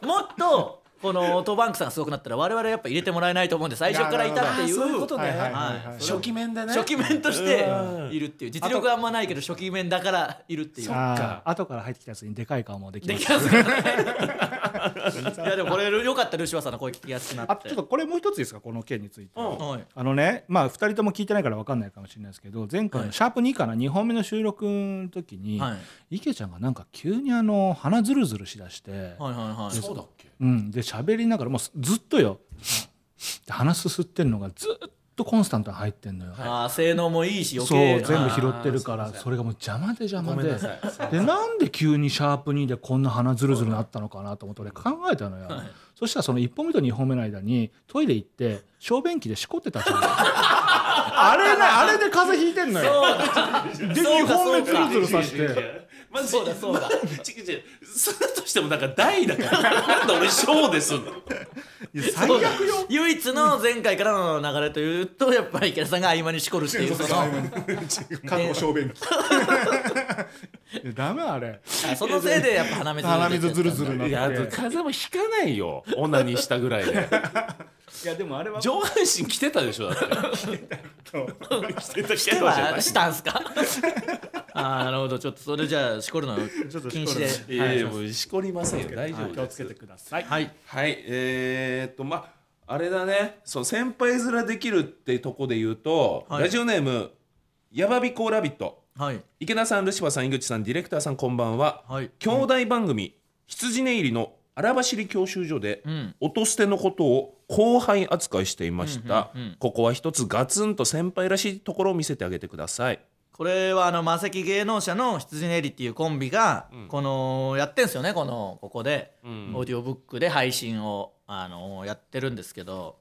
もっとこのオートバンクさんがすごくなったら我々やっぱ入れてもらえないと思うんで最初からいたっていうはいはいはいはい初期面でね初期面としているっていう実力はあんまないけど初期面だからいるっていうあー後から入ってきたやつにでかい顔もできでまきすますからねいやでもこれ良かったルシファーさんの声聞きやすくなってあとちょっとこれもう一ついいですかこの件について、うんはいあのねまあ2人とも聞いてないから分かんないかもしれないですけど前回はのいシャープ2かな2本目の収録の時に、はい池ちゃんがなんか急にあの鼻ズルズルしだして、はいはいはいそうだっけうん、で喋りながらもうすずっとよで鼻すすってんのがずっとコンスタントに入ってんのよ、あー性能もいいし余そう計全部拾ってるからそれがもう邪魔で邪ごめ魔んでなさいでなんで急にシャープ2でこんな鼻ズルズルなったのかなと思って俺考えたのよ、はいそしたらその1本目と2本目の間にトイレ行って小便器でしこってたじゃんあれねあれで風邪ひいてんのよでそう2か本そう目ズかルズルさし違う違う違てうまずそうだそうだちちちそれとしてもなんか大だからなんで俺小ですんの最悪よ唯一の前回からの流れというとやっぱり池田さんが合間にしこるっていうその 過去小便器 いやダメあれあそのせいでやっぱ鼻水鼻水ズルズルいなやって風邪もひかないよオナにしたぐらいでいやでもあれは上半身着てたでしょだって着てたしてはしたんすか あーなるほどちょっとそれじゃあしこるの禁止いでやいやもうしこりませんよ大丈夫気をでつすけてくださいはいはいえー、っとまああれだねその先輩面できるってとこで言うと、はいラジオネームやばびこラビットはい池田さんルシファーさん井口さんディレクターさんこんばんは、はい兄弟番組「羊寝入り」の荒走り教習所で、ん音捨てのことを後輩扱いしていました、うんうんうんここは一つガツンと先輩らしいところを見せてあげてくださいこれはあの魔石芸能者の羊ねりっていうコンビがこのやってんすよねこのここでんオーディオブックで配信をあのやってるんですけど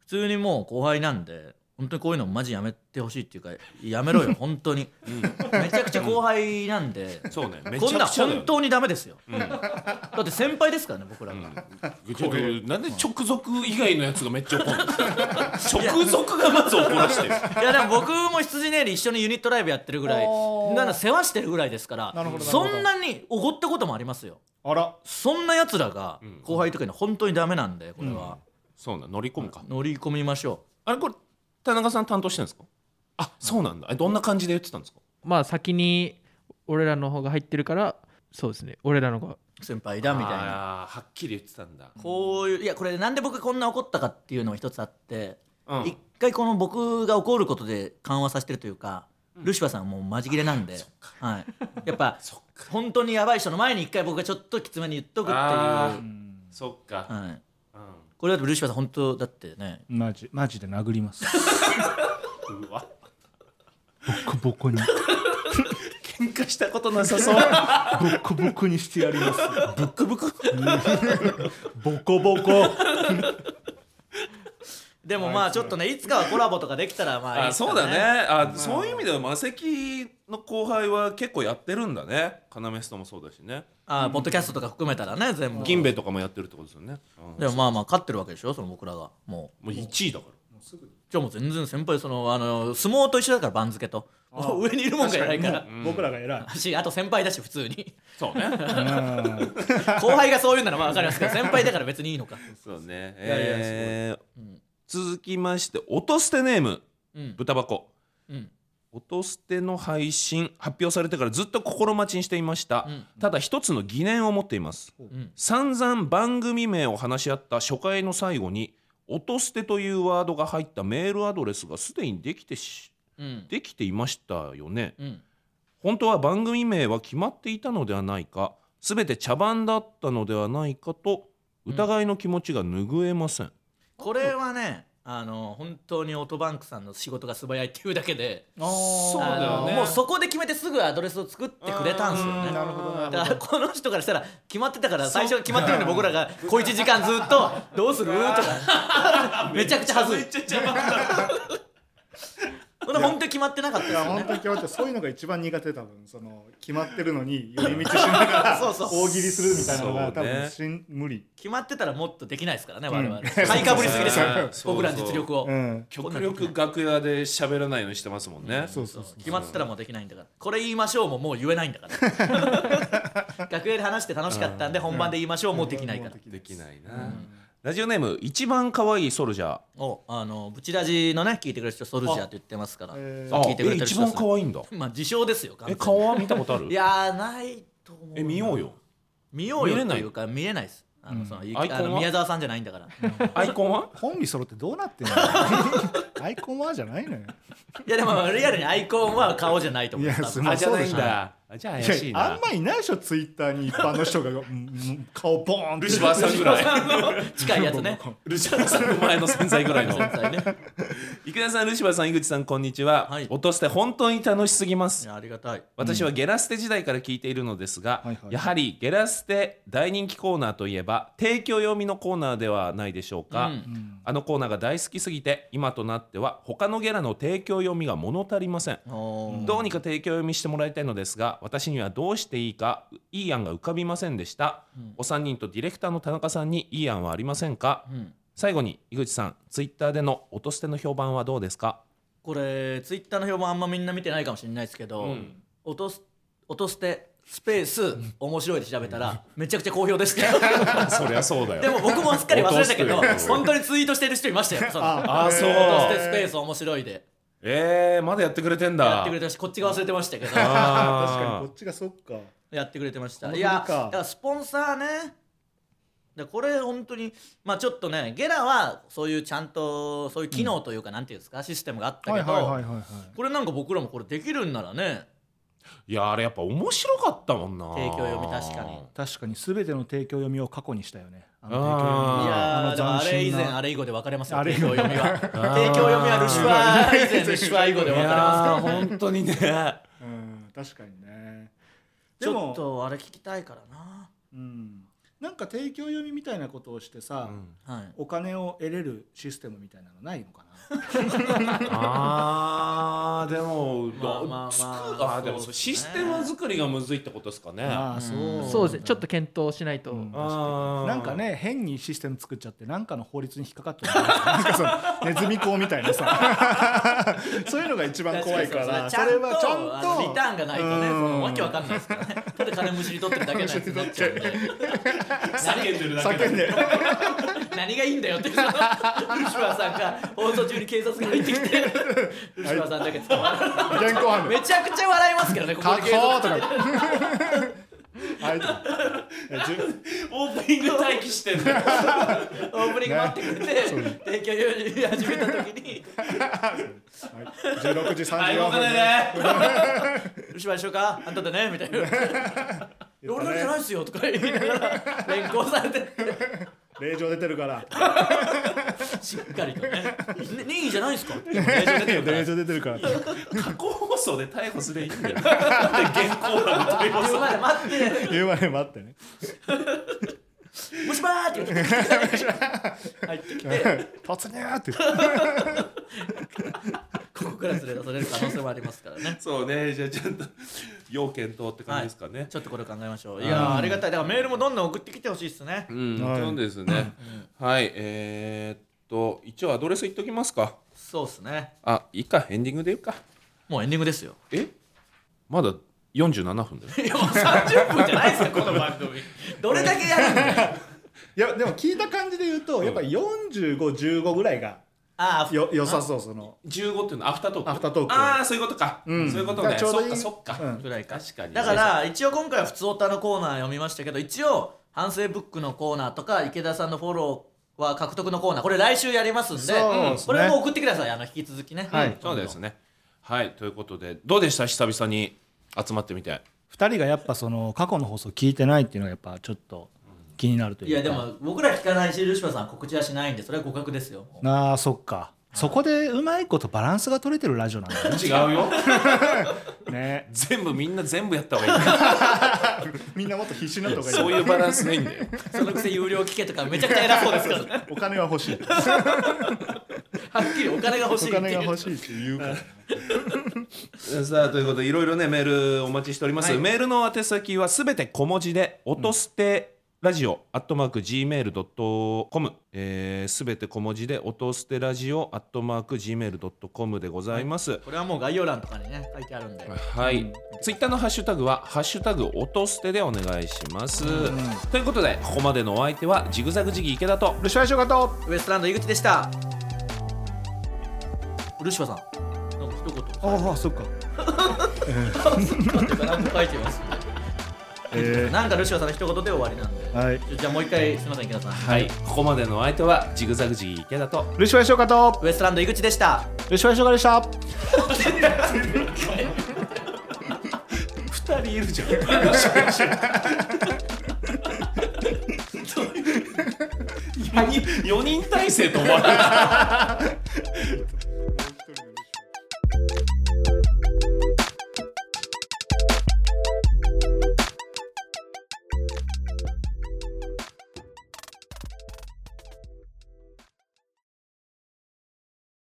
普通にもう後輩なんで本当にこういうのマジやめてほしいっていうかやめ ろよ本当にめちゃくちゃ後輩なんでそうねめこんちゃなんくちゃだよ本当にダメですよだって先輩ですからね僕らがちょっとなんで直属以外のやつがめっちゃ怒るの 直属がまず怒らしてるいやでも僕も羊ねり一緒にユニットライブやってるぐらいあーなんか世話してるぐらいですからなるほどなるほそどんなにおごったこともありますよあらそんな奴らが後輩とかに本当にダメなんでこれは、そうな乗り込むか乗り込みましょあれこれ田中さん担当してるんですかあそうなんだえどんな感じで言ってたんですかまあ先に俺らの方が入ってるからそうですね俺らの方がう先輩だみたいなあーはっきり言ってたんだこういういやこれなんで僕こんな怒ったかっていうのが一つあってうん一、回この僕が怒ることで緩和させてるというか、ルシファーさんはもうマジ切れなんで、 はい、やっぱ本当にやばい人の前に一回僕がちょっときつめに言っとくっていう、あはーそっか、い、これだとルシファーさん本当だってねマジマジで殴りますうん、うわボコボコに喧嘩したことなさそうボコボコにしてやりますブックブックボコボコでもまあちょっとねいつかはコラボとかできたらまあいい あっすかそうだねあ、そういう意味ではマセキの後輩は結構やってるんだね要ストもそうだしねあポッドキャストとか含めたらね全部銀兵衛とかもやってるってことですよね、うんでもまあまあ勝ってるわけでしょその僕らがもうもう1位だからじゃあもう全然先輩そのあの相撲と一緒だから番付とも う上にいるもんがいないからもう僕らが偉いしあと先輩だし普通にそうねうん後輩がそういうならまあ分かり ますけど先輩だから別にいいのか そうねやいやえーごいうん続きまして音捨てネームうん豚箱うん音捨ての配信発表されてからずっと心待ちにしていました、うんただ一つの疑念を持っています、ん散々番組名を話し合った初回の最後に「音捨て」というワードが入ったメールアドレスがすでにできてしうんできていましたよねうん本当は番組名は決まっていたのではないか全て茶番だったのではないかと疑いの気持ちが拭えません、これはねあの本当にオートバンクさんの仕事が素早いっていうだけでそうだあよのねもうそこで決めてすぐアドレスを作ってくれたんですよねうんなるほどなるほどだからこの人からしたら決まってたから最初決まってるのに僕らが小1時間ずっと「どうする?」とか めちゃくちゃはずい これ本当に決まってなかったですいやよ本ね当に今日ってそういうのが一番苦手多分その決まってるのに寄り道しながらそうそう大喜利するみたいなのが多そうね分しん無理、決まってたらもっとできないですからね我々 うん買いかぶりすぎですよそうそう僕らの実力をうん、極力楽屋で喋らないようにしてますもんね、そうそうそう決まってたらもうできないんだからこれ言いましょうももう言えないんだか ら楽屋で話して楽しかったんで本番で言いましょうもうできないからできないな、ラジオネーム一番可愛いソルジャーおあのブチラジのね聞いてくれる人ソルジャーって言ってますからえーあ聞いてくれてるえ一人です番可愛いんだまあ自称ですよ完え全に顔は見たことあるいやーないと思うえ見ようよ見よう見よれなといいうか見れないですあのそのアイコンはあの宮沢さんじゃないんだから いアイコンはコンビ揃ってどうなってんのアイコンはじゃないのよやでもリアルにアイコンは顔じゃないと思ういや多分すまあじゃないんだあじゃあいやあんまいないでしょツイッターに一般の人がうんうん顔ボーンってルシファーさんぐらい近いやつねルシファーさんの前の洗剤ぐらいの全体ね 池田さんルシファーさん井口さんこんにちは、はい落として本当に楽しすぎまいすやありがたい私はゲラステ時代から聞いているのですが、はいはいやはりゲラステ大人気コーナーといえば提供読みのコーナーではないでしょうか、うんあのコーナーが大好きすぎて今となっては他のゲラの提供読みが物足りませんおーどうにか提供読みしてもらいたいのですが私にはどうしていいかいい案が浮かびませんでした、お三人とディレクターの田中さんにいい案はありませんか、うん最後に井口さんツイッターでの音捨ての評判はどうですかこれツイッターの評判あんまみんな見てないかもしれないですけどん落とす落としてスペース面白いで調べたらめちゃくちゃ好評ですねそりゃそうだよでも僕もすっかり忘れたけど落としてよ本当にツイートしてる人いましたよそのあそう落としてスペース面白いでえー、まだやってくれてんだやってくれてましたこっちが忘れてましたけどあー確かにこっちがそっかやってくれてましたこの振いりかやだからスポンサーねでこれ本当にまあちょっとねゲラはそういうちゃんとそういう機能というか、なんていうんですかシステムがあったけど、いはいこれなんか僕らもこれできるんならねいやあれやっぱ面白かったもんな提供読み確かに確かに全ての提供読みを過去にしたよねあのあーいあやーのでもあれ斬以前新なあれ以後で分かれますよあれ提供読みは提供読みはルシファー以前ルシファー以後でい分かれやーますか本当にね うん確かにねらでちょもっとあれ聞きたいからなうん、なんか提供読みみたいなことをしてさ、はいお金を得れるシステムみたいなのないのかあーでもまあまあまあつくそうあーでもそうシステム作りがむずいってことですかねなああうんそうですねちょっと検討しないと、うんあーなんかね変にシステム作っちゃってなんかの法律に引っかかってるなんかそのネズミ講みたいなさ そういうのが一番怖いから確そかにれそうはですねちちゃゃんんとあのリターンがとないとねうんそのわけわかんないですからねただ金むしり取ってるだけなやつになっちゃうんで叫んでるだけ叫んで何がいいんだよってそのルシファーさんが放送中に警察が入ってきてルシファーさんだけ捕まる現行犯でめちゃくちゃ笑いますけどねここで警確察 保とか はいいやじゅオープニング待機してんだよオープニング待ってくれて、提供用意始めた時にはい16 時「あい34動か分ないねで」 「しましょうかあんただね」みたいな「俺だけじゃないっすよ」とか言いながら連行されて令状出て るからしっかりとね「2位じゃないっすか」って令状出てるから令状出てるから過去放送で逮捕すればいい んだよなんで現行犯で逮捕する言うまで待って言うまで待ってね「虫歯!」って言って入ってきて突入って言ってここから連れ出される可能性もありますからねそうねじゃあちょっと要検討って感じですかね、ちょっとこれ考えましょういやーありがたいだからメールもどんどん送ってきてほしいですねうん、はいそうですね。はい、えーっと、一応アドレス言っときますか。そうですねあ、いいか、エンディングで言うか。もうエンディングですよえまだ47分だよ。 いやもう30分じゃないですかこの番 組どれだけやるんだよいやでも聞いた感じで言うとやっぱり4515ぐらいがああよ良さそうその15っていうのはアフタートーク。アフタートークああ、そういうことか。うんそういうことね。だからちょそうどっいかいそっか。うんぐらいか確かに。だから一応今回は普通オタのコーナー読みましたけど一応反省ブックのコーナーとか池田さんのフォローは獲得のコーナーこれ来週やりますんでそうですねこれも送ってくださいあの引き続きね、はいうんそうですね。はい、ということで、どうでした久々に集まってみて。 2人がやっぱその過去の放送聞いてないっていうのがやっぱちょっと気になるといういかやでも僕ら聞かないしルシファーさん告知はしないんでそれは互角ですよなあそっかそこでうまいことバランスが取れてるラジオなんだね違う よ。ね全部みんな全部やった方がいいか みんなもっと必死になったら。方そがういいいうバランスないんだよ。そのくせ有料聞けとかめちゃくちゃ偉そうです からねお金は欲しいはっきりお金が欲しおいって金いがう欲しいって言うか らさあということでいろいろねメールお待ちしております、メールの宛先はすべて小文字で「音捨てラジオ」アットマーク Gmail.com すべて小文字で「音捨てラジオ」アットマーク Gmail.com でございます、これはもう概要欄とかにね書いてあるんではい、ツイッターのハッシュタグは「ハッシュタグ音捨て」でお願いします、ということでここまでのお相手はジグザグジギ池田とルシファー翔太とウエストランド井口でしたルシファーさんなんか一言ああそっかなんか書いてます。えなんかルシオさんの一言で終わりなんで。はいじゃあもう一回すみません池田さん。はいここまでのお相手はジグザグジギ池田とルシファー翔太とウエストランド井口でした。吉林翔太でした2人いるじゃん4人 ,4 人体制と思われた